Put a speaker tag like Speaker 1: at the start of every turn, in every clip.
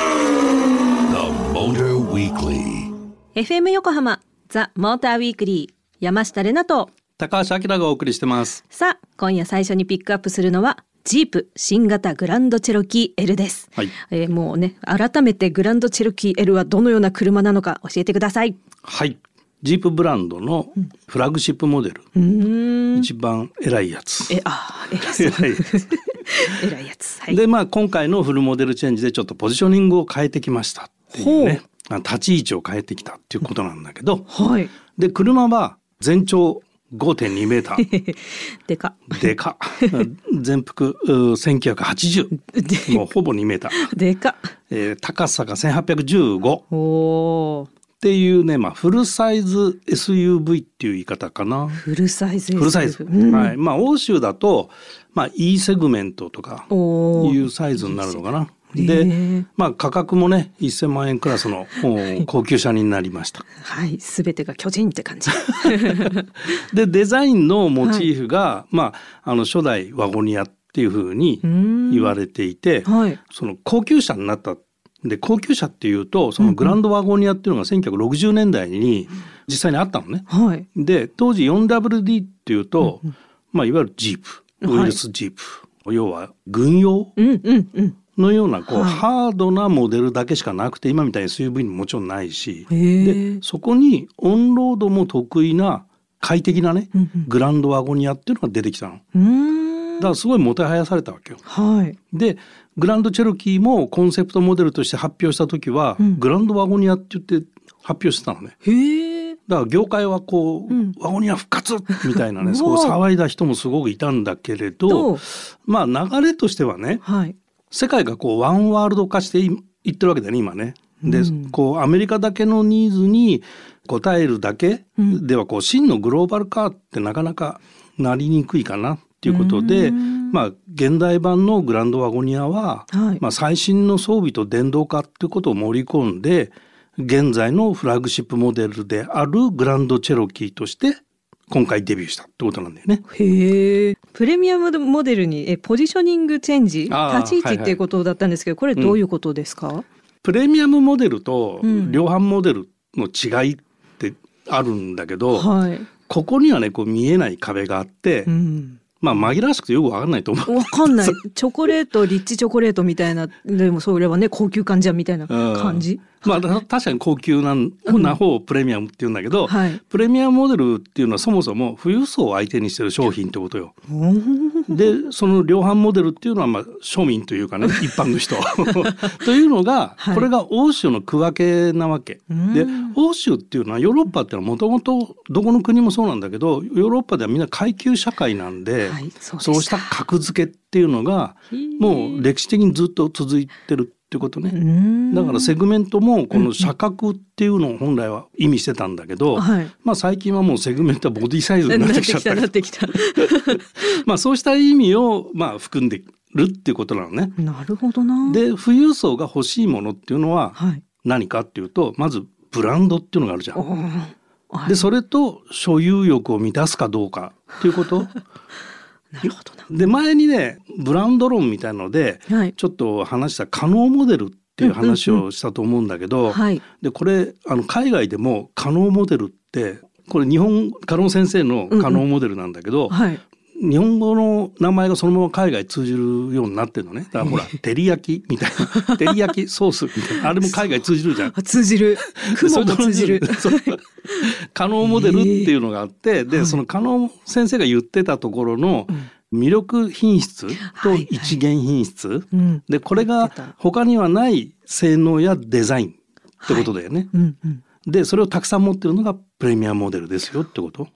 Speaker 1: The Motor Weekly.
Speaker 2: FM 横浜ザ・モーターウィークリー山下れなと
Speaker 3: 高橋明がお送りしてます
Speaker 2: さあ今夜最初にピックアップするのはジープ新型グランドチェロキー L です、
Speaker 3: はい
Speaker 2: えーもうね改めてグランドチェロキー L はどのような車なのか教えてください
Speaker 3: はいジープブランドのフラグシップモデル、
Speaker 2: うーん
Speaker 3: 一番偉いやつ
Speaker 2: えあー偉そう
Speaker 3: 偉いやつ
Speaker 2: 偉いやつはい
Speaker 3: でまあ今回のフルモデルチェンジでちょっとポジショニングを変えてきましたっていうねあ立ち位置を変えてきたっていうことなんだけど
Speaker 2: はい
Speaker 3: で車は全長5.2メータ ー
Speaker 2: でか
Speaker 3: でか全幅うー1980
Speaker 2: で
Speaker 3: もうほぼ2メーター、
Speaker 2: でか
Speaker 3: えー高さが1815っ
Speaker 2: おおー
Speaker 3: ていうね、まあ、フルサイズ SUV っていう言い方かな。
Speaker 2: フルサイズ
Speaker 3: フルサイズ、
Speaker 2: うん
Speaker 3: はいまあ欧州だと、まあ、E セグメントとか
Speaker 2: おー
Speaker 3: いうサイズになるのかな。
Speaker 2: いいですねへ
Speaker 3: で
Speaker 2: え、
Speaker 3: まあ、価格もね1,000万円クラスのお高級車になりました。
Speaker 2: はいすべてが巨人って感じ
Speaker 3: でデザインのモチーフが、まあ、あの初代ワゴニアっていうふうに言
Speaker 2: 言
Speaker 3: われていて、
Speaker 2: はい
Speaker 3: その高級車になったで高級車っていうとそのグランドワゴニアっていうのが1960年代に実際にあったのね。
Speaker 2: はい
Speaker 3: で当時 4WD っていうと、まあ、いわゆるジープ
Speaker 2: は
Speaker 3: ウ
Speaker 2: い
Speaker 3: イルスジープ、要は軍用
Speaker 2: うんうんうん
Speaker 3: のようなこう、
Speaker 2: はい
Speaker 3: ハードなモデルだけしかなくて今みたいに SUV ももちろんないし
Speaker 2: へえ
Speaker 3: でそこにオンロードも得意な快適なね、
Speaker 2: うんうん
Speaker 3: グランドワゴニアっていうのが出てきたの。
Speaker 2: うーん
Speaker 3: だからすごいもてはやされたわけよ。
Speaker 2: はい
Speaker 3: でグランドチェロキーもコンセプトモデルとして発表した時は、
Speaker 2: うん
Speaker 3: グランドワゴニアって言って発表してたのね。
Speaker 2: へえ
Speaker 3: だから業界はこう、
Speaker 2: うん
Speaker 3: ワゴニア復活みたいな
Speaker 2: お
Speaker 3: ね
Speaker 2: ー
Speaker 3: そう騒いだ人もすごくいたんだけれ
Speaker 2: ど
Speaker 3: ど
Speaker 2: う
Speaker 3: まあ流れとしてはね
Speaker 2: はい
Speaker 3: 世界がこうワンワールド化していいってるわけだよね今ね。で、
Speaker 2: うん
Speaker 3: こうアメリカだけのニーズに応えるだけ
Speaker 2: うん
Speaker 3: ではこう真のグローバル化ってなかなかなりにくいかなっていうことで、
Speaker 2: うん
Speaker 3: まあ現代版のグランドワゴニアは、
Speaker 2: はい
Speaker 3: まあ、最新の装備と電動化っていうことを盛り込んで現在のフラッグシップモデルであるグランドチェロキーとして今回デビューしたってことなんだよね。
Speaker 2: へえプレミアムモデルにえポジショニングチェンジ
Speaker 3: あー
Speaker 2: 立ち位置
Speaker 3: はい
Speaker 2: っ
Speaker 3: はい
Speaker 2: ていうことだったんですけどこれどういうことですか、
Speaker 3: プレミアムモデルと
Speaker 2: うん
Speaker 3: 量販モデルの違いってあるんだけど、
Speaker 2: はい、
Speaker 3: ここにはねこう見えない壁があって、
Speaker 2: うん、
Speaker 3: まあ紛らわしくてよくわかんないと思う。
Speaker 2: わかんないチョコレートリッチチョコレートみたいなでもそれはね高級感じゃんみたいな感じ、
Speaker 3: まあ、た確かに高級なん
Speaker 2: うん
Speaker 3: な方をプレミアムって言うんだけど、
Speaker 2: はい
Speaker 3: プレミアムモデルっていうのはそもそも富裕層を相手にしてる商品ってことよ。
Speaker 2: うん
Speaker 3: でその量販モデルっていうのはまあ庶民という かね一般の人 というのが、
Speaker 2: はい
Speaker 3: これが欧州の区分けなわけ。で
Speaker 2: うん
Speaker 3: 欧州っていうのはヨーロッパっていうのはもともとどこの国もそうなんだけどヨーロッパではみんな階級社会なんで、
Speaker 2: はいそうでし
Speaker 3: そ
Speaker 2: た
Speaker 3: うした格付けっていうのが
Speaker 2: へー
Speaker 3: もう歴史的にずっと続いてるってことね。
Speaker 2: うん
Speaker 3: だからセグメントもこの社格っていうのを本来は意味してたんだけど、
Speaker 2: はい
Speaker 3: まあ最近はもうセグメントはボディサイズにな
Speaker 2: なっ
Speaker 3: ってて
Speaker 2: き
Speaker 3: きちゃったたり
Speaker 2: なってきた
Speaker 3: まあそうした意味をまあ含んでるっていうことなのね。
Speaker 2: なるほどな
Speaker 3: で富裕層が欲しいものっていうのは
Speaker 2: はい
Speaker 3: 何かっていうとまずブランドっていうのがあるじゃ
Speaker 2: お
Speaker 3: ん。
Speaker 2: ーはい
Speaker 3: でそれと所有欲を満たすかどうかっていうこと。
Speaker 2: なるほどな
Speaker 3: で前にねブランド論みたいので
Speaker 2: はい
Speaker 3: ちょっと話した可能モデルっていう話をしたと思うんだけど、
Speaker 2: はい
Speaker 3: でこれあの海外でも可能モデルってこれ日本可能先生の可能モデルなんだけど、
Speaker 2: はい
Speaker 3: 日本語の名前がそのまま海外通じるようになってるのねだからほら照り焼きみたい な照り焼きソースみたいなあれも海外通じるじゃん。
Speaker 2: あ通じ る雲も通じる
Speaker 3: そう 可能モデルっていうのがあって、でその可能先生が言ってたところの魅力品質と一元品質、
Speaker 2: うん
Speaker 3: でこれ
Speaker 2: 言っ
Speaker 3: が
Speaker 2: てた
Speaker 3: 他にはない性能やデザインってことだよね。
Speaker 2: うんうん
Speaker 3: でそれをたくさん持ってるのがプレミアムモデルですよってこと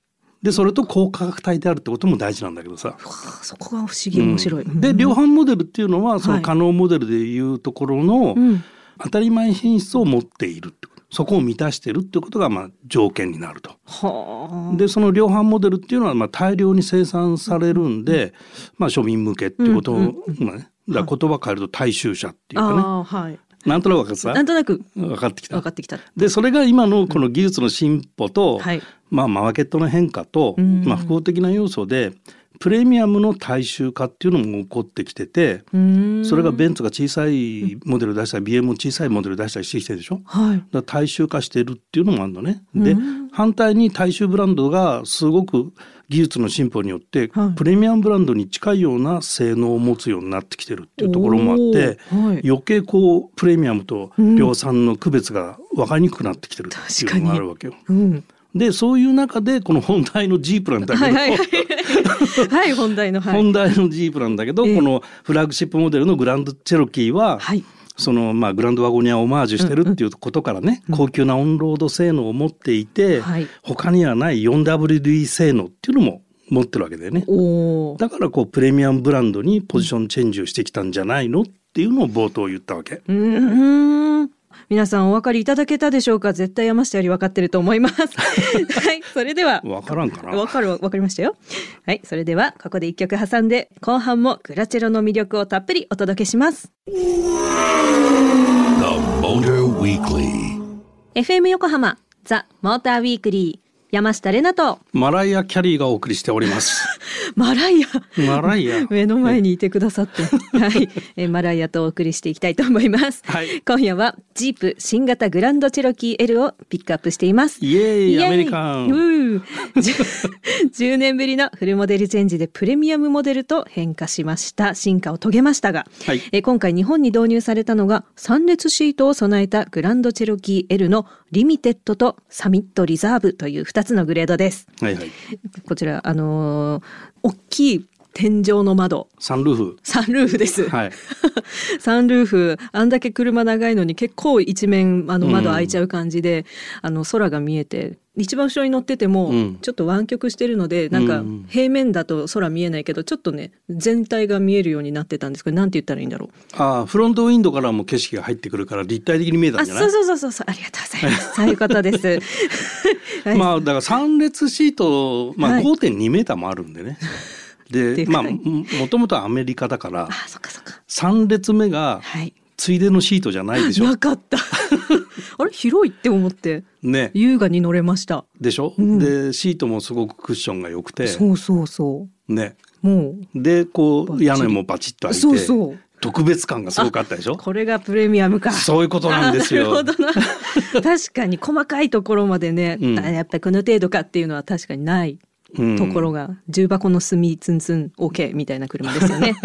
Speaker 3: でそれと高価格帯であるってことも大事なんだけどさ、
Speaker 2: うわそこが不思議面白い
Speaker 3: うんで量販モデルっていうのはそ
Speaker 2: は
Speaker 3: の
Speaker 2: い
Speaker 3: 可能モデルでいうところの
Speaker 2: うん
Speaker 3: 当たり前品質を持っているってことそこを満たしてるってことがまあ条件になると。
Speaker 2: はあ
Speaker 3: でその量販モデルっていうのはまあ大量に生産されるんで、まあ、庶民向けってことを、
Speaker 2: うん
Speaker 3: まあね、だから言葉変えると大衆車っていうかね
Speaker 2: ああはい
Speaker 3: なんとなくさ
Speaker 2: なんとなく
Speaker 3: 分かってきた
Speaker 2: 分か。ってきた
Speaker 3: でそれが今のこの技術の進歩と、
Speaker 2: はい
Speaker 3: まあ、マーケットの変化と、
Speaker 2: うん
Speaker 3: まあ、複合的な要素でプレミアムの大衆化っていうのも起こってきててそれがベンツが小さいモデル出したり BM も小さいモデル出したりしてきてるでしょ
Speaker 2: はい。
Speaker 3: だから大衆化してるっていうのもあるのね。で、
Speaker 2: うん
Speaker 3: 反対に大衆ブランドがすごく技術の進歩によって、
Speaker 2: はい
Speaker 3: プレミアムブランドに近いような性能を持つようになってきてるっていうところもあって、
Speaker 2: おーはい
Speaker 3: 余計こうプレミアムと量産の区別が分かりにくくなってきてるっていうのがあるわけよ。
Speaker 2: うん。
Speaker 3: でそういう中でこの本題のジープなんだけど、
Speaker 2: はいはいはい。 はい、本題のはい。
Speaker 3: 本題のジープなんだけど、
Speaker 2: ええ
Speaker 3: このフラッグシップモデルのグランドチェロキーは、
Speaker 2: はい。
Speaker 3: そのまあグランドワゴニアをオマージュしてるっていうことからね、高級なオンロード性能を持っていて、
Speaker 2: はい
Speaker 3: 他にはない 4WD 性能っていうのも持ってるわけだよね
Speaker 2: おおー。
Speaker 3: だからこうプレミアムブランドにポジションチェンジをしてきたんじゃないのっていうのを冒頭言ったわけ
Speaker 2: うーん。皆さんお分かりいただけたでしょうか絶対山下より分かってると思 います。はい。それでは。
Speaker 3: わからんかな
Speaker 2: わかるわ、わかりましたよ。はい。それでは、ここで一曲挟んで、後半もグラチェロの魅力をたっぷりお届けします。
Speaker 1: The Motor Weekly.
Speaker 2: FM 横浜、ザ・モーターウィークリー、山下れなと、
Speaker 3: マライア・キャリーがお送りしております
Speaker 2: マライア。
Speaker 3: マライア
Speaker 2: 目の前にいてくださって、はい、えーマライアとお送りしていきたいと思います。
Speaker 3: はい
Speaker 2: 今夜はジープ新型グランドチェロキー L をピックアップしています。
Speaker 3: イエーイ
Speaker 2: イエーイ
Speaker 3: アメリカン
Speaker 2: うー 10年ぶりのフルモデルチェンジでプレミアムモデルと変化しました進化を遂げましたが、
Speaker 3: はい
Speaker 2: えー今回日本に導入されたのが3列シートを備えたグランドチェロキー L のリミテッドとサミットリザーブという2つのグレードです。
Speaker 3: はいはい
Speaker 2: こちらあのー大きい天井の窓
Speaker 3: サンルーフ
Speaker 2: サンルーフです。
Speaker 3: はい
Speaker 2: サンルーフ、あんだけ車長いのに結構一面あの窓開いちゃう感じで、あの空が見えて、一番後ろに乗ってても、
Speaker 3: うん
Speaker 2: ちょっと湾曲してるので、なん
Speaker 3: う
Speaker 2: か
Speaker 3: ん
Speaker 2: 平面だと空見えないけど、ちょっとね、全体が見えるようになってたんですけど、なんて言ったらいいんだろう。
Speaker 3: ああフロントウィンドウからも景色が入ってくるから立体的に見えたん
Speaker 2: あ、
Speaker 3: じゃ
Speaker 2: そう
Speaker 3: ない
Speaker 2: そうそうそうそう、ありがとうござ います。そういうことです。はい
Speaker 3: まあだから3列シート、まあ、
Speaker 2: はい
Speaker 3: 5.2メーターもあるんで ね。
Speaker 2: で
Speaker 3: で
Speaker 2: かい
Speaker 3: まあももともとはアメリカだから
Speaker 2: あ、そっかそっか。
Speaker 3: 3列目が
Speaker 2: はい。
Speaker 3: ついでのシートじゃないでしょ
Speaker 2: な。かった。 あれ広いって思って、
Speaker 3: ね。
Speaker 2: 優雅に乗れました。
Speaker 3: でしょ、
Speaker 2: うん
Speaker 3: でシートもすごくクッションが良くて、
Speaker 2: そうそうそ
Speaker 3: ね、
Speaker 2: う。も
Speaker 3: でこ
Speaker 2: バッチ
Speaker 3: う
Speaker 2: リ
Speaker 3: 屋根もバチッと開いて
Speaker 2: そうそう
Speaker 3: 特別感がすごかったでし
Speaker 2: う、
Speaker 3: ょ
Speaker 2: これがプレミアムか。
Speaker 3: そういうことなんですよ。
Speaker 2: あーなるほ どな確かに細かいところまでね、
Speaker 3: うん
Speaker 2: あやっぱりこの程度かっていうのは確かにない
Speaker 3: うん
Speaker 2: ところが、重箱の隅ツンツン OK みたいな車ですよね。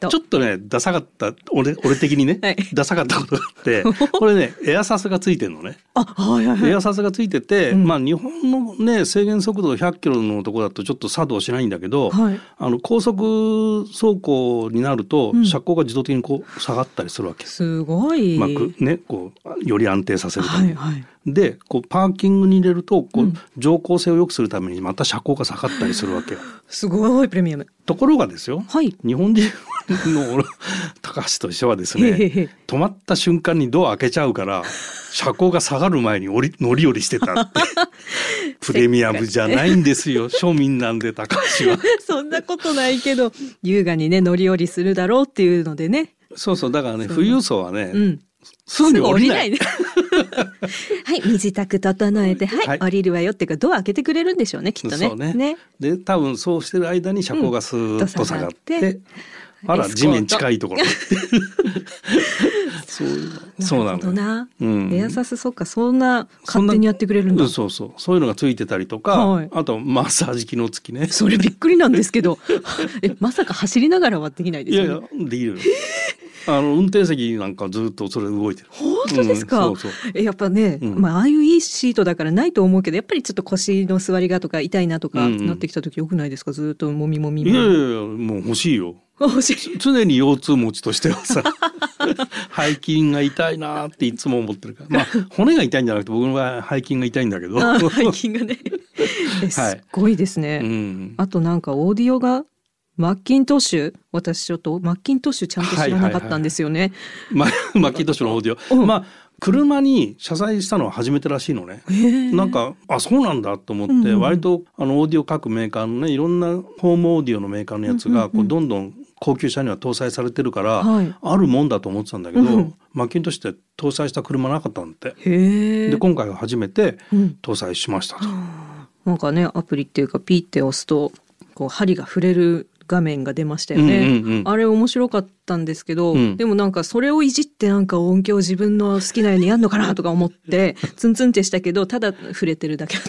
Speaker 2: と
Speaker 3: ちょっとねダサかった俺俺的にね、
Speaker 2: はい
Speaker 3: ダサかったことがあって これねエアサスがついてるのね。
Speaker 2: あはいはい
Speaker 3: エ
Speaker 2: はい。
Speaker 3: アサスがついてて、
Speaker 2: うん
Speaker 3: まあ日本のね制限速度100キロのとこだとちょっと作動しないんだけど、
Speaker 2: はい
Speaker 3: あの高速走行になると
Speaker 2: うん
Speaker 3: 車高が自動的にこう下がったりするわけです。
Speaker 2: すごい。
Speaker 3: うまくねこうより安定させるた
Speaker 2: は
Speaker 3: め
Speaker 2: い
Speaker 3: に。
Speaker 2: はい。
Speaker 3: でこうパーキングに入れるとこ
Speaker 2: う
Speaker 3: うん乗降性を良くするためにまた車高が下がったりするわけよ。
Speaker 2: すごいプレミアム。
Speaker 3: ところがですよ
Speaker 2: はい。
Speaker 3: 日本人の 俺高橋としてはです
Speaker 2: へへ
Speaker 3: ね
Speaker 2: へ
Speaker 3: 止まった瞬間にドア開けちゃうから車高が下がる前に降り乗り降りしてた ってプレミアムじゃないんですよ庶民なんで高橋 は。
Speaker 2: そんなことないけど優雅にね乗り降りするだろうっていうのでね。
Speaker 3: そうそうだからね
Speaker 2: そう
Speaker 3: 富裕層はね、
Speaker 2: うん。
Speaker 3: すぐに降りない
Speaker 2: ね。はい、身支度整えて、はい、
Speaker 3: はい
Speaker 2: 降りるわよっていうか、ドア開けてくれるんでしょうね、きっとね。
Speaker 3: そうねで多分そうしてる間に車高がスーッと下がって、
Speaker 2: うんと下がって
Speaker 3: あら
Speaker 2: エスコート
Speaker 3: 地面近いとこ ろそうそうな
Speaker 2: るほ
Speaker 3: の
Speaker 2: ど
Speaker 3: よ
Speaker 2: な。
Speaker 3: うん
Speaker 2: エアサス、そっか、そんな
Speaker 3: そん
Speaker 2: 勝
Speaker 3: な
Speaker 2: 手にやってくれるんだ。
Speaker 3: うん
Speaker 2: そ
Speaker 3: そうそうそういうのがついてたりとか、
Speaker 2: はい
Speaker 3: あとマッサージ機能付きね
Speaker 2: れびっくりなんですけど、 え、まさか走りながらはできないで
Speaker 3: い
Speaker 2: す
Speaker 3: や
Speaker 2: よ
Speaker 3: い
Speaker 2: ね。
Speaker 3: やで きるよあの運転席なんかずっとそれ動いてる
Speaker 2: 本当ですか、
Speaker 3: うんそうそう
Speaker 2: えやっぱね、
Speaker 3: うん
Speaker 2: まあ、ああいういいシートだからないと思うけどやっぱりちょっと腰の座りがとか痛いなとか
Speaker 3: うんうん
Speaker 2: なってきた時よくないですかずーっともみもみ
Speaker 3: い
Speaker 2: み
Speaker 3: やいや
Speaker 2: あ
Speaker 3: いやもう欲しいよ
Speaker 2: お 尻
Speaker 3: 常に腰痛持ちとしては さ背筋が痛いなっていつも思ってるからまあ骨が痛いんじゃなくて僕の場合背筋が痛いんだけど
Speaker 2: あ ー背筋がねえすっごいですね、
Speaker 3: うん、
Speaker 2: あとなんかオーディオがマッキントッシュ私ちょっとマッキントッシュちゃんと知らなかったんですよね。
Speaker 3: まあマッキントッシュのオーディオ、
Speaker 2: うん
Speaker 3: まあ車に謝罪したのは初めてらしいのね。なんかあそうなんだと思って、
Speaker 2: うんうん
Speaker 3: 割とあのオーディオ各メーカーのねいろんなホームオーディオのメーカーのやつがこうどんどん高級車には搭載されてるから、
Speaker 2: はい
Speaker 3: あるもんだと思ってたんだけど、
Speaker 2: うん
Speaker 3: マッキントッシュって搭載した車なかったんだって。
Speaker 2: へえ
Speaker 3: で今回は初めて
Speaker 2: うん
Speaker 3: 搭載しましたと。
Speaker 2: なんかねアプリっていうかピーって押すとこう針が触れる画面が出ましたよね、
Speaker 3: うんうんうん
Speaker 2: あれ面白かったんですけど、
Speaker 3: うん
Speaker 2: でもなんかそれをいじってなんか音響自分の好きなようにやんのかなとか思 ってツンツンってしたけどただ触れてるだけだっ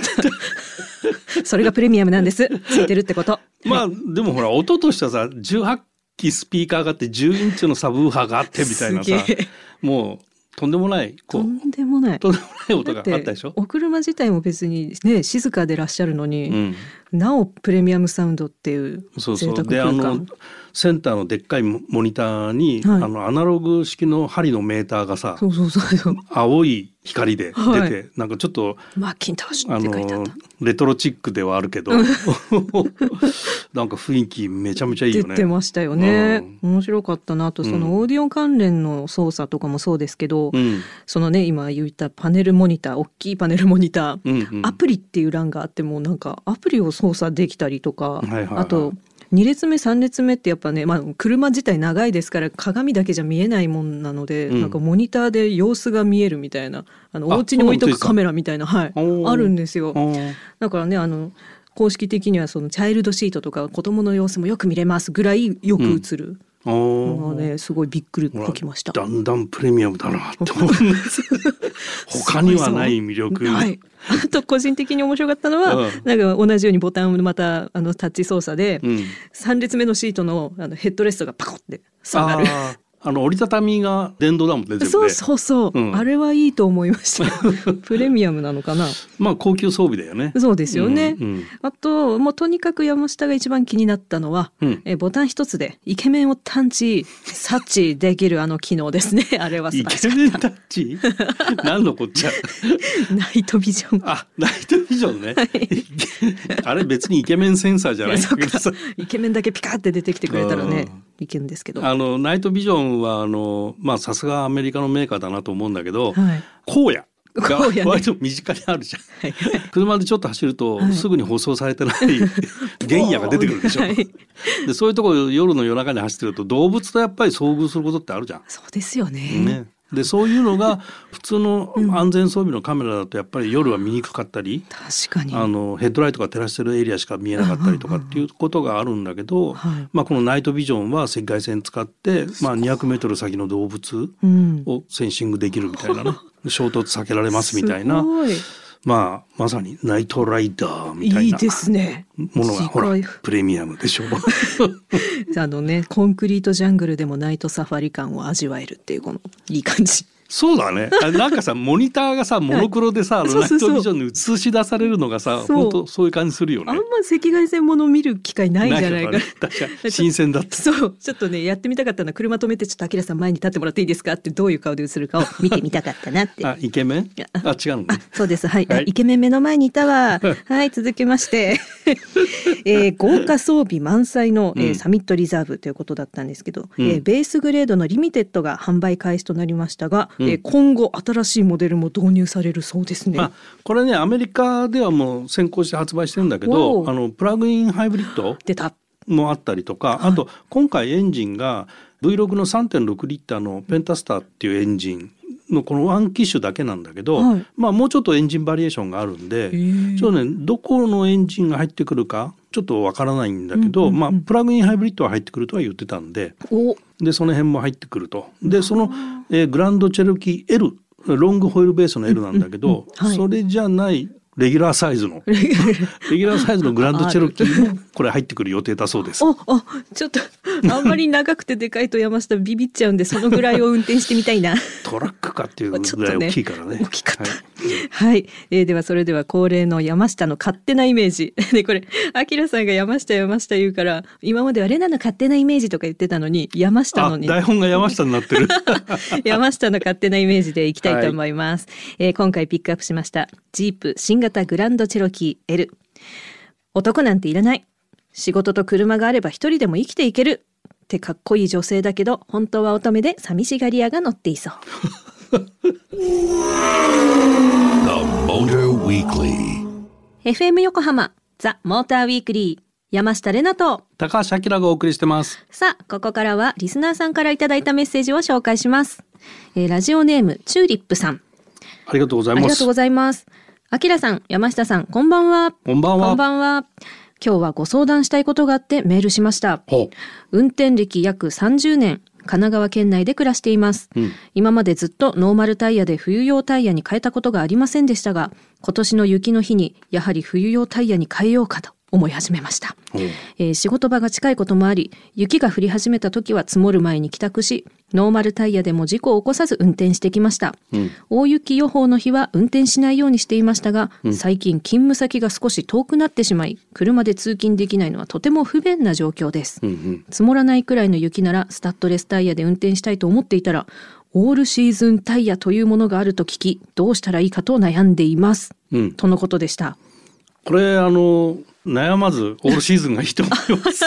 Speaker 2: た。それがプレミアムなんです。ついてるってこと。
Speaker 3: まあでもほら音としてはさ18機スピーカーがあって10インチのサブウーハーがあってみたいなさ
Speaker 2: すげえ
Speaker 3: もうとんでもないことうん
Speaker 2: でもない。
Speaker 3: とんでもない音が
Speaker 2: だ
Speaker 3: あ
Speaker 2: っ
Speaker 3: った
Speaker 2: て
Speaker 3: でしょ、
Speaker 2: お車自体も別にね静かでいらっしゃるの
Speaker 3: う
Speaker 2: に、
Speaker 3: ん、
Speaker 2: なおプレミアムサウンドっていう
Speaker 3: そう
Speaker 2: 贅
Speaker 3: そ
Speaker 2: 沢
Speaker 3: うであ
Speaker 2: 空
Speaker 3: の
Speaker 2: 間。
Speaker 3: センターのでっかいモモニターに、
Speaker 2: はい
Speaker 3: あのアナログ式の針のメーターがさ
Speaker 2: そうそうそうそう。
Speaker 3: 青い光で出て、
Speaker 2: はい
Speaker 3: なんかちょっと
Speaker 2: マッキントッシュ
Speaker 3: あ
Speaker 2: って書いてあっ
Speaker 3: の
Speaker 2: た。
Speaker 3: レトロチックではあるけ どなんか雰囲気めちゃめちゃいい
Speaker 2: 出
Speaker 3: よね。
Speaker 2: てましたよね、面白かったなあと
Speaker 3: うん
Speaker 2: そのオーディオン関連の操作とかもそうですけど、
Speaker 3: うん
Speaker 2: そのね今言ったパネルモニター大きいパネルモニター、
Speaker 3: うんうん、
Speaker 2: アプリっていう欄があってもなんかアプリを操作できたりとか、
Speaker 3: いはいはい
Speaker 2: あと2列目3列目ってやっぱね、まあ、車自体長いですから鏡だけじゃ見えないもんなので、
Speaker 3: うん
Speaker 2: なんかモニターで様子が見えるみたいなあの
Speaker 3: あ
Speaker 2: お家に置いと
Speaker 3: そうなんで
Speaker 2: く
Speaker 3: すか
Speaker 2: カメラみたいな、はい、
Speaker 3: おー
Speaker 2: あるんですよ。
Speaker 3: あー
Speaker 2: だからねあの公式的にはそのチャイルドシートとか子供の様子もよく見れますぐらいよく映る
Speaker 3: あ
Speaker 2: の
Speaker 3: ー
Speaker 2: がね、すごいびっくり
Speaker 3: ほら
Speaker 2: こきました。
Speaker 3: だんだんプレミアムだなって 思うんです他にはない魅力。
Speaker 2: はい、あと個人的に面白かったのは、
Speaker 3: うん
Speaker 2: なんか同じようにボタンをまたあのタッチ操作で、
Speaker 3: うん、
Speaker 2: 三列目のシートのあのヘッドレストがパコって下が
Speaker 3: あ
Speaker 2: る。
Speaker 3: ーあの折りたたみが電動だもんね全部ね
Speaker 2: そうそうそう、
Speaker 3: うん
Speaker 2: あれはいいと思いました プレミアムなのかな
Speaker 3: まあ高級装備だよね。
Speaker 2: そうですよね、
Speaker 3: うんうん
Speaker 2: あともうとにかく山下が一番気になったのは、
Speaker 3: うん
Speaker 2: えボタン一つでイケメンを探知察知できるあの機能ですねあれは素
Speaker 3: イ
Speaker 2: 晴らし
Speaker 3: ケメンタッチ何のこっちゃ
Speaker 2: いナイトビジョン
Speaker 3: あナイトビジョンね、あれ別にイケメンセンサーじゃないんだけどさ
Speaker 2: そうかイケメンだけピカって出てきてくれたらね
Speaker 3: うん
Speaker 2: いけるんですけど、は
Speaker 3: あのナイトビジョンはあのまあさすがアメリカのメーカーだなと思うんだけど、
Speaker 2: い、はい
Speaker 3: 荒野が
Speaker 2: 荒野ね
Speaker 3: 割と身近にあるじゃん、
Speaker 2: はい
Speaker 3: 車でちょっと走るとすぐに舗装されて ない原野が出てくるでしょ、
Speaker 2: はい
Speaker 3: でそういうところ夜の夜中に走ってると動物とやっぱり遭遇することってあるじゃん。
Speaker 2: そうですよね
Speaker 3: ね、でそういうのが普通の安全装備のカメラだとやっぱり夜は見にくかったり、
Speaker 2: 確かに
Speaker 3: あのヘッドライトが照らしてるエリアしか見えなかったりとかっていうことがあるんだけど、
Speaker 2: はい
Speaker 3: まあ、このナイトビジョンは赤外線使って、まあ、200m 先の動物
Speaker 2: うん
Speaker 3: をセンシングできるみたいなね 衝突避けられますみたいな
Speaker 2: すごい
Speaker 3: まあ、まさにナイトライダーみた
Speaker 2: い
Speaker 3: い
Speaker 2: い
Speaker 3: な
Speaker 2: ですね
Speaker 3: ものがほら
Speaker 2: 近い
Speaker 3: プレミアムで しょ。
Speaker 2: あのねコンクリートジャングルでもナイトサファリ感を味わえるっていうこのいい感じ
Speaker 3: そうだね。あなんか さ、モニターがさ、モノクロでさ、あの
Speaker 2: そう
Speaker 3: ナイ
Speaker 2: そうそう
Speaker 3: トビジョンに映し出されるのがさ、
Speaker 2: そう
Speaker 3: 本当そういう感じするよ
Speaker 2: あん
Speaker 3: ね
Speaker 2: ま。赤外線もの見る機会ないじゃない
Speaker 3: ないよ
Speaker 2: か
Speaker 3: ね確かに新鮮だった
Speaker 2: そうちょっとねやってみたかったのは車止めてちょっとアキラさん前に立ってもらっていいですかってどういう顔で映るかを見てみたかったなって
Speaker 3: あ、イケメン
Speaker 2: や
Speaker 3: あ、違うのね
Speaker 2: あ。そうです はい、あ
Speaker 3: はい
Speaker 2: イケメン目の前にい たわはい続きまして、 えー豪華装備満載の、えー
Speaker 3: うん
Speaker 2: サミットリザーブということだったんですけど、
Speaker 3: うん
Speaker 2: えーベースグレードのリミテッドが販売開始となりましたが、
Speaker 3: うん
Speaker 2: えー今後新しいモデルも導入されるそうですね、
Speaker 3: まあ、これねアメリカではもう先行して発売してるんだけ
Speaker 2: お
Speaker 3: ど
Speaker 2: う
Speaker 3: あのプラグインハイブリッド
Speaker 2: 出た
Speaker 3: もあったりとか、あと今回エンジンが V6 の3.6リッターのペンタスターっていうエンジンのこのワン機種だけなんだけど、
Speaker 2: はい
Speaker 3: まあもうちょっとエンジンバリエーションがあるんで
Speaker 2: ー
Speaker 3: ちょっとねどこのエンジンが入ってくるかちょっとわからないんだけど、
Speaker 2: うんうんうん
Speaker 3: まあプラグインハイブリッドは入ってくるとは言ってたんで
Speaker 2: お
Speaker 3: でその辺も入ってくるとでその、えーグランドチェルキー L ロングホイールベースの L なんだけど、
Speaker 2: はい
Speaker 3: それじゃないレギュラーサイズのレギュラーサイズのグランドチェルキーもこれ入ってくる予定だそうです。
Speaker 2: おおちょっとあんまり長くてでかいと山下ビビっちゃうんでそのぐらいを運転してみたいな
Speaker 3: トラックかっていう
Speaker 2: ちょ
Speaker 3: ぐ
Speaker 2: っ
Speaker 3: ら
Speaker 2: と
Speaker 3: い
Speaker 2: ね
Speaker 3: 大きいからね。
Speaker 2: 大きかっ
Speaker 3: は
Speaker 2: た
Speaker 3: い
Speaker 2: はい、えーではそれでは恒例の山下の勝手なイメージ でこれあきらさんが山下山下言うから今まではレナの勝手なイメージとか言ってたのに山下の
Speaker 3: あ
Speaker 2: に
Speaker 3: 台本が山下になってる。
Speaker 2: 山下の勝手なイメージでいきたいと思います、えー今回ピックアップしましたジープ新型グランドチェロキー L 男なんていらない仕事と車があれば一人でも生きていけるってかっこいい女性だけど本当は乙女で寂しがり屋が乗っていそう
Speaker 1: The Motor Weekly.
Speaker 2: FM 横浜ザ・モーターウィークリー山下れなと
Speaker 3: 高橋明がお送りしてます。
Speaker 2: さあここからはリスナーさんからいただいたメッセージを紹介します、えーラジオネームチューリップさん
Speaker 3: ありがとうござい
Speaker 2: あり
Speaker 3: ま
Speaker 2: が
Speaker 3: す
Speaker 2: とうご。ざいますあきらさん山下さんこんばんは
Speaker 3: こんばんは。
Speaker 2: こんばんは。今日はご相談したいことがあってメールしました。
Speaker 3: ほ
Speaker 2: 運転歴約30年神奈川県内で暮らしています、今までずっとノーマルタイヤで冬用タイヤに変えたことがありませんでしたが今年の雪の日にやはり冬用タイヤに変えようかと思い始めました、
Speaker 3: うほう
Speaker 2: えー仕事場が近いこともあり雪が降り始めた時は積もる前に帰宅しノーマルタイヤでも事故を起こさず運転してきました、大雪予報の日は運転しないようにしていましたが、最近勤務先が少し遠くなってしまい車で通勤できないのはとても不便な状況です、積もらないくらいの雪ならスタッドレスタイヤで運転したいと思っていたらオールシーズンタイヤというものがあると聞きどうしたらいいかと悩んでいます、
Speaker 3: うん
Speaker 2: とのことでした
Speaker 3: これあの悩まずオールシーズンがいいと思います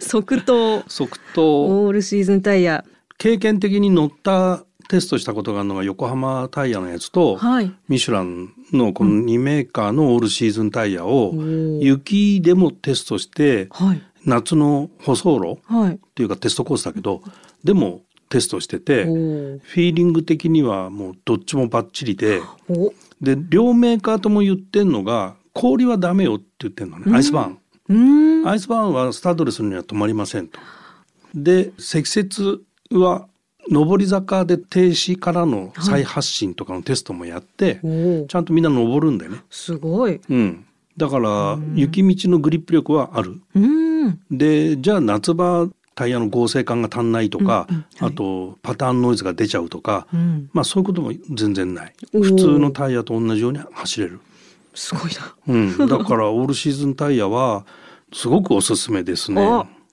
Speaker 2: 即答
Speaker 3: 即答
Speaker 2: オールシーズンタイヤ
Speaker 3: 経験的に乗ったテストしたことがあるのが横浜タイヤのやつと、
Speaker 2: はい
Speaker 3: ミシュランのこの2メーカーのオールシーズンタイヤを
Speaker 2: ー
Speaker 3: 雪でもテストして
Speaker 2: はい
Speaker 3: 夏の舗装路
Speaker 2: はい
Speaker 3: っていうかテストコースだけどでもテストしてて
Speaker 2: お
Speaker 3: フ
Speaker 2: ー
Speaker 3: ィーリング的にはもうどっちもバッチリで
Speaker 2: お
Speaker 3: で両メーカーとも言ってんのが氷はダメよって言ってんのねアイスバーン。
Speaker 2: うーん
Speaker 3: アイスバーンはスタッドレスには止まりませんと。で積雪は上り坂で停止からの再発進とかのテストもやって、
Speaker 2: おー
Speaker 3: ちゃんとみんな登るんだよね。
Speaker 2: すごい
Speaker 3: うん、だから雪道のグリップ力はある。
Speaker 2: うーん
Speaker 3: でじゃあ夏場タイヤの合成感が足んないとか、
Speaker 2: うんうんは
Speaker 3: あ
Speaker 2: い
Speaker 3: とパターンノイズが出ちゃうとか、
Speaker 2: うん
Speaker 3: まあそういうことも全然ない。
Speaker 2: おー
Speaker 3: 普通のタイヤと同じように走れる。
Speaker 2: すごいな、
Speaker 3: うん、だからオールシーズンタイヤはすごくおすすめですね。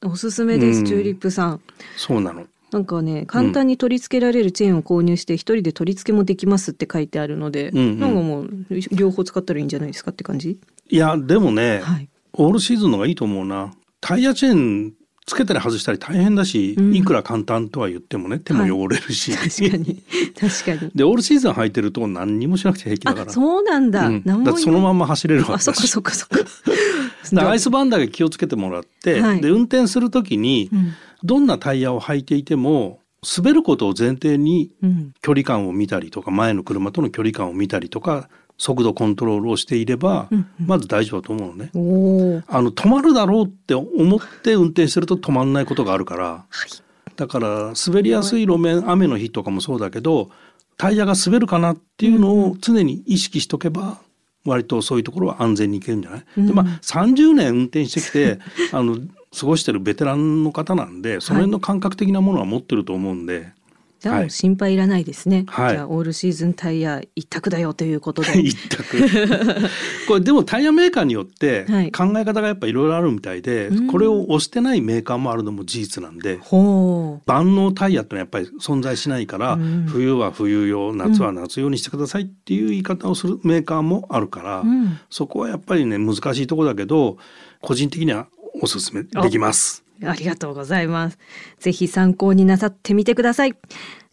Speaker 2: おおすすめです、
Speaker 3: うん
Speaker 2: チューリップさん
Speaker 3: そうなの。
Speaker 2: なんかね簡単に取り付けられるチェーンを購入して一人で取り付けもできますって書いてあるので、
Speaker 3: うんうん
Speaker 2: なんかもう両方使ったらいいんじゃないですかって感じ、
Speaker 3: いやでもね、
Speaker 2: はい
Speaker 3: オールシーズンのがいいと思うなタイヤチェーンつけたり外したり大変だし、
Speaker 2: うん
Speaker 3: いくら簡単とは言ってもね手も汚れるし、
Speaker 2: 確かに 確かに
Speaker 3: でオールシーズン履いてると何にもしなくて平気だから
Speaker 2: あそうなんだ、
Speaker 3: うんだ
Speaker 2: 何も
Speaker 3: ってそのまんま走れるわけ
Speaker 2: あ
Speaker 3: だ
Speaker 2: そっか
Speaker 3: し
Speaker 2: そっか そっか
Speaker 3: だからアイスバーンだけ気をつけてもらって、
Speaker 2: はい
Speaker 3: で運転する時に、
Speaker 2: うん
Speaker 3: どんなタイヤを履いていても滑ることを前提に
Speaker 2: うん
Speaker 3: 距離感を見たりとか前の車との距離感を見たりとか速度コントロールをしていれば、
Speaker 2: うんうん
Speaker 3: まず大丈夫だと思うのね。
Speaker 2: おおー
Speaker 3: あの止まるだろうって思って運転してると止まんないことがあるから
Speaker 2: はい
Speaker 3: だから滑りやすい路面雨の日とかもそうだけどタイヤが滑るかなっていうのを常に意識しとけば割とそういうところは安全に行けるんじゃない、でまあ30年運転してきて あの過ごしてるベテランの方なんでその辺の感覚的なものは持ってると思うんで、
Speaker 2: じゃあも
Speaker 3: は
Speaker 2: う
Speaker 3: い
Speaker 2: 心配いらないですね、
Speaker 3: はい
Speaker 2: じゃあオールシーズンタイヤ一択だよとい うことで
Speaker 3: 一択これでもタイヤメーカーによって
Speaker 2: はい
Speaker 3: 考え方がやっぱいろいろあるみたいで、
Speaker 2: うん
Speaker 3: これを押してないメーカーもあるのも事実なんで。
Speaker 2: ほう
Speaker 3: 万能タイヤってのはやっぱり存在しないから、
Speaker 2: うん
Speaker 3: 冬は冬用夏は夏用にしてくださいっていう言い方をするメーカーもあるから、
Speaker 2: うん
Speaker 3: そこはやっぱりね難しいとこだけど個人的にはおすすめできます。
Speaker 2: ありがとうございます。ぜひ参考になさってみてください。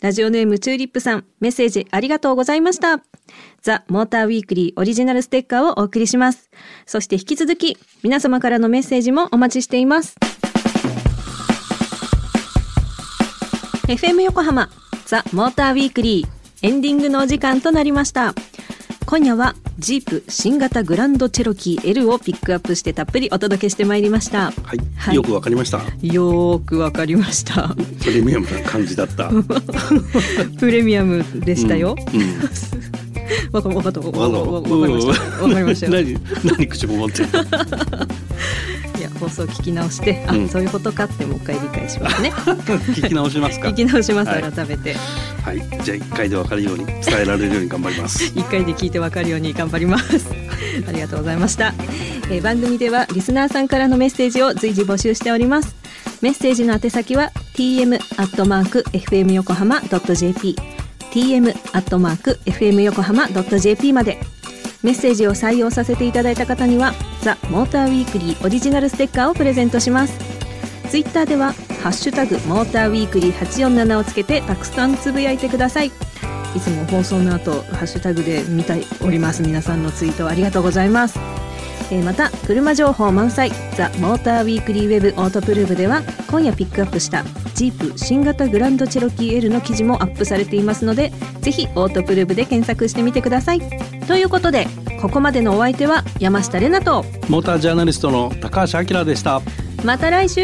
Speaker 2: ラジオネームチューリップさん、メッセージありがとうございました。ザ・モーターウィークリーオリジナルステッカーをお送りします。そして引き続き、皆様からのメッセージもお待ちしています。FM 横浜ザ・モーターウィークリーエンディングのお時間となりました今夜はジープ新型グランドチェロキー L をピックアップしてたっぷりお届けしてまいりました
Speaker 3: はい、
Speaker 2: はい
Speaker 3: よくわかりました。
Speaker 2: よーくわかりました。
Speaker 3: プレミアムな感じだった。
Speaker 2: プレミアムでしたよ。
Speaker 3: うん。うん
Speaker 2: わかわかったわかわ
Speaker 3: わ
Speaker 2: か
Speaker 3: か
Speaker 2: わかりました。わかり ましたよ。
Speaker 3: 何何口ごも ってる。
Speaker 2: いや放送聞き直して、あ、
Speaker 3: うん
Speaker 2: そういうことかってもう一回理解しますね。
Speaker 3: 聞き直しますか
Speaker 2: 聞。き直します
Speaker 3: はい
Speaker 2: 改めて。
Speaker 3: はい、じゃあ一回でわかるように伝えられるように頑張ります。
Speaker 2: 一回で聞いてわかるように頑張ります。 ありがとうございました、えー番組ではリスナーさんからのメッセージを随時募集しております。メッセージの宛先は tm アットマーク fm 横浜 jp tm アットマーク fm 横浜 jp まで。メッセージを採用させていただいた方にはザ・モーターウィークリーオリジナルステッカーをプレゼントします。ツイッターでは「ハッシュタグモーターウィークリー847」をつけてたくさんつぶやいてくださいいつも放送の後ハッシュタグで見ております皆さんのツイートありがとうございます、えーまた車情報満載「ザ・モーターウィークリーウェブオートプルーブ」では今夜ピックアップしたジープ新型グランドチェロキー L の記事もアップされていますのでぜひオートプルーブで検索してみてくださいということでここまでのお相手は山下玲奈と
Speaker 3: モータージャーナリストの高橋明でした
Speaker 2: また来週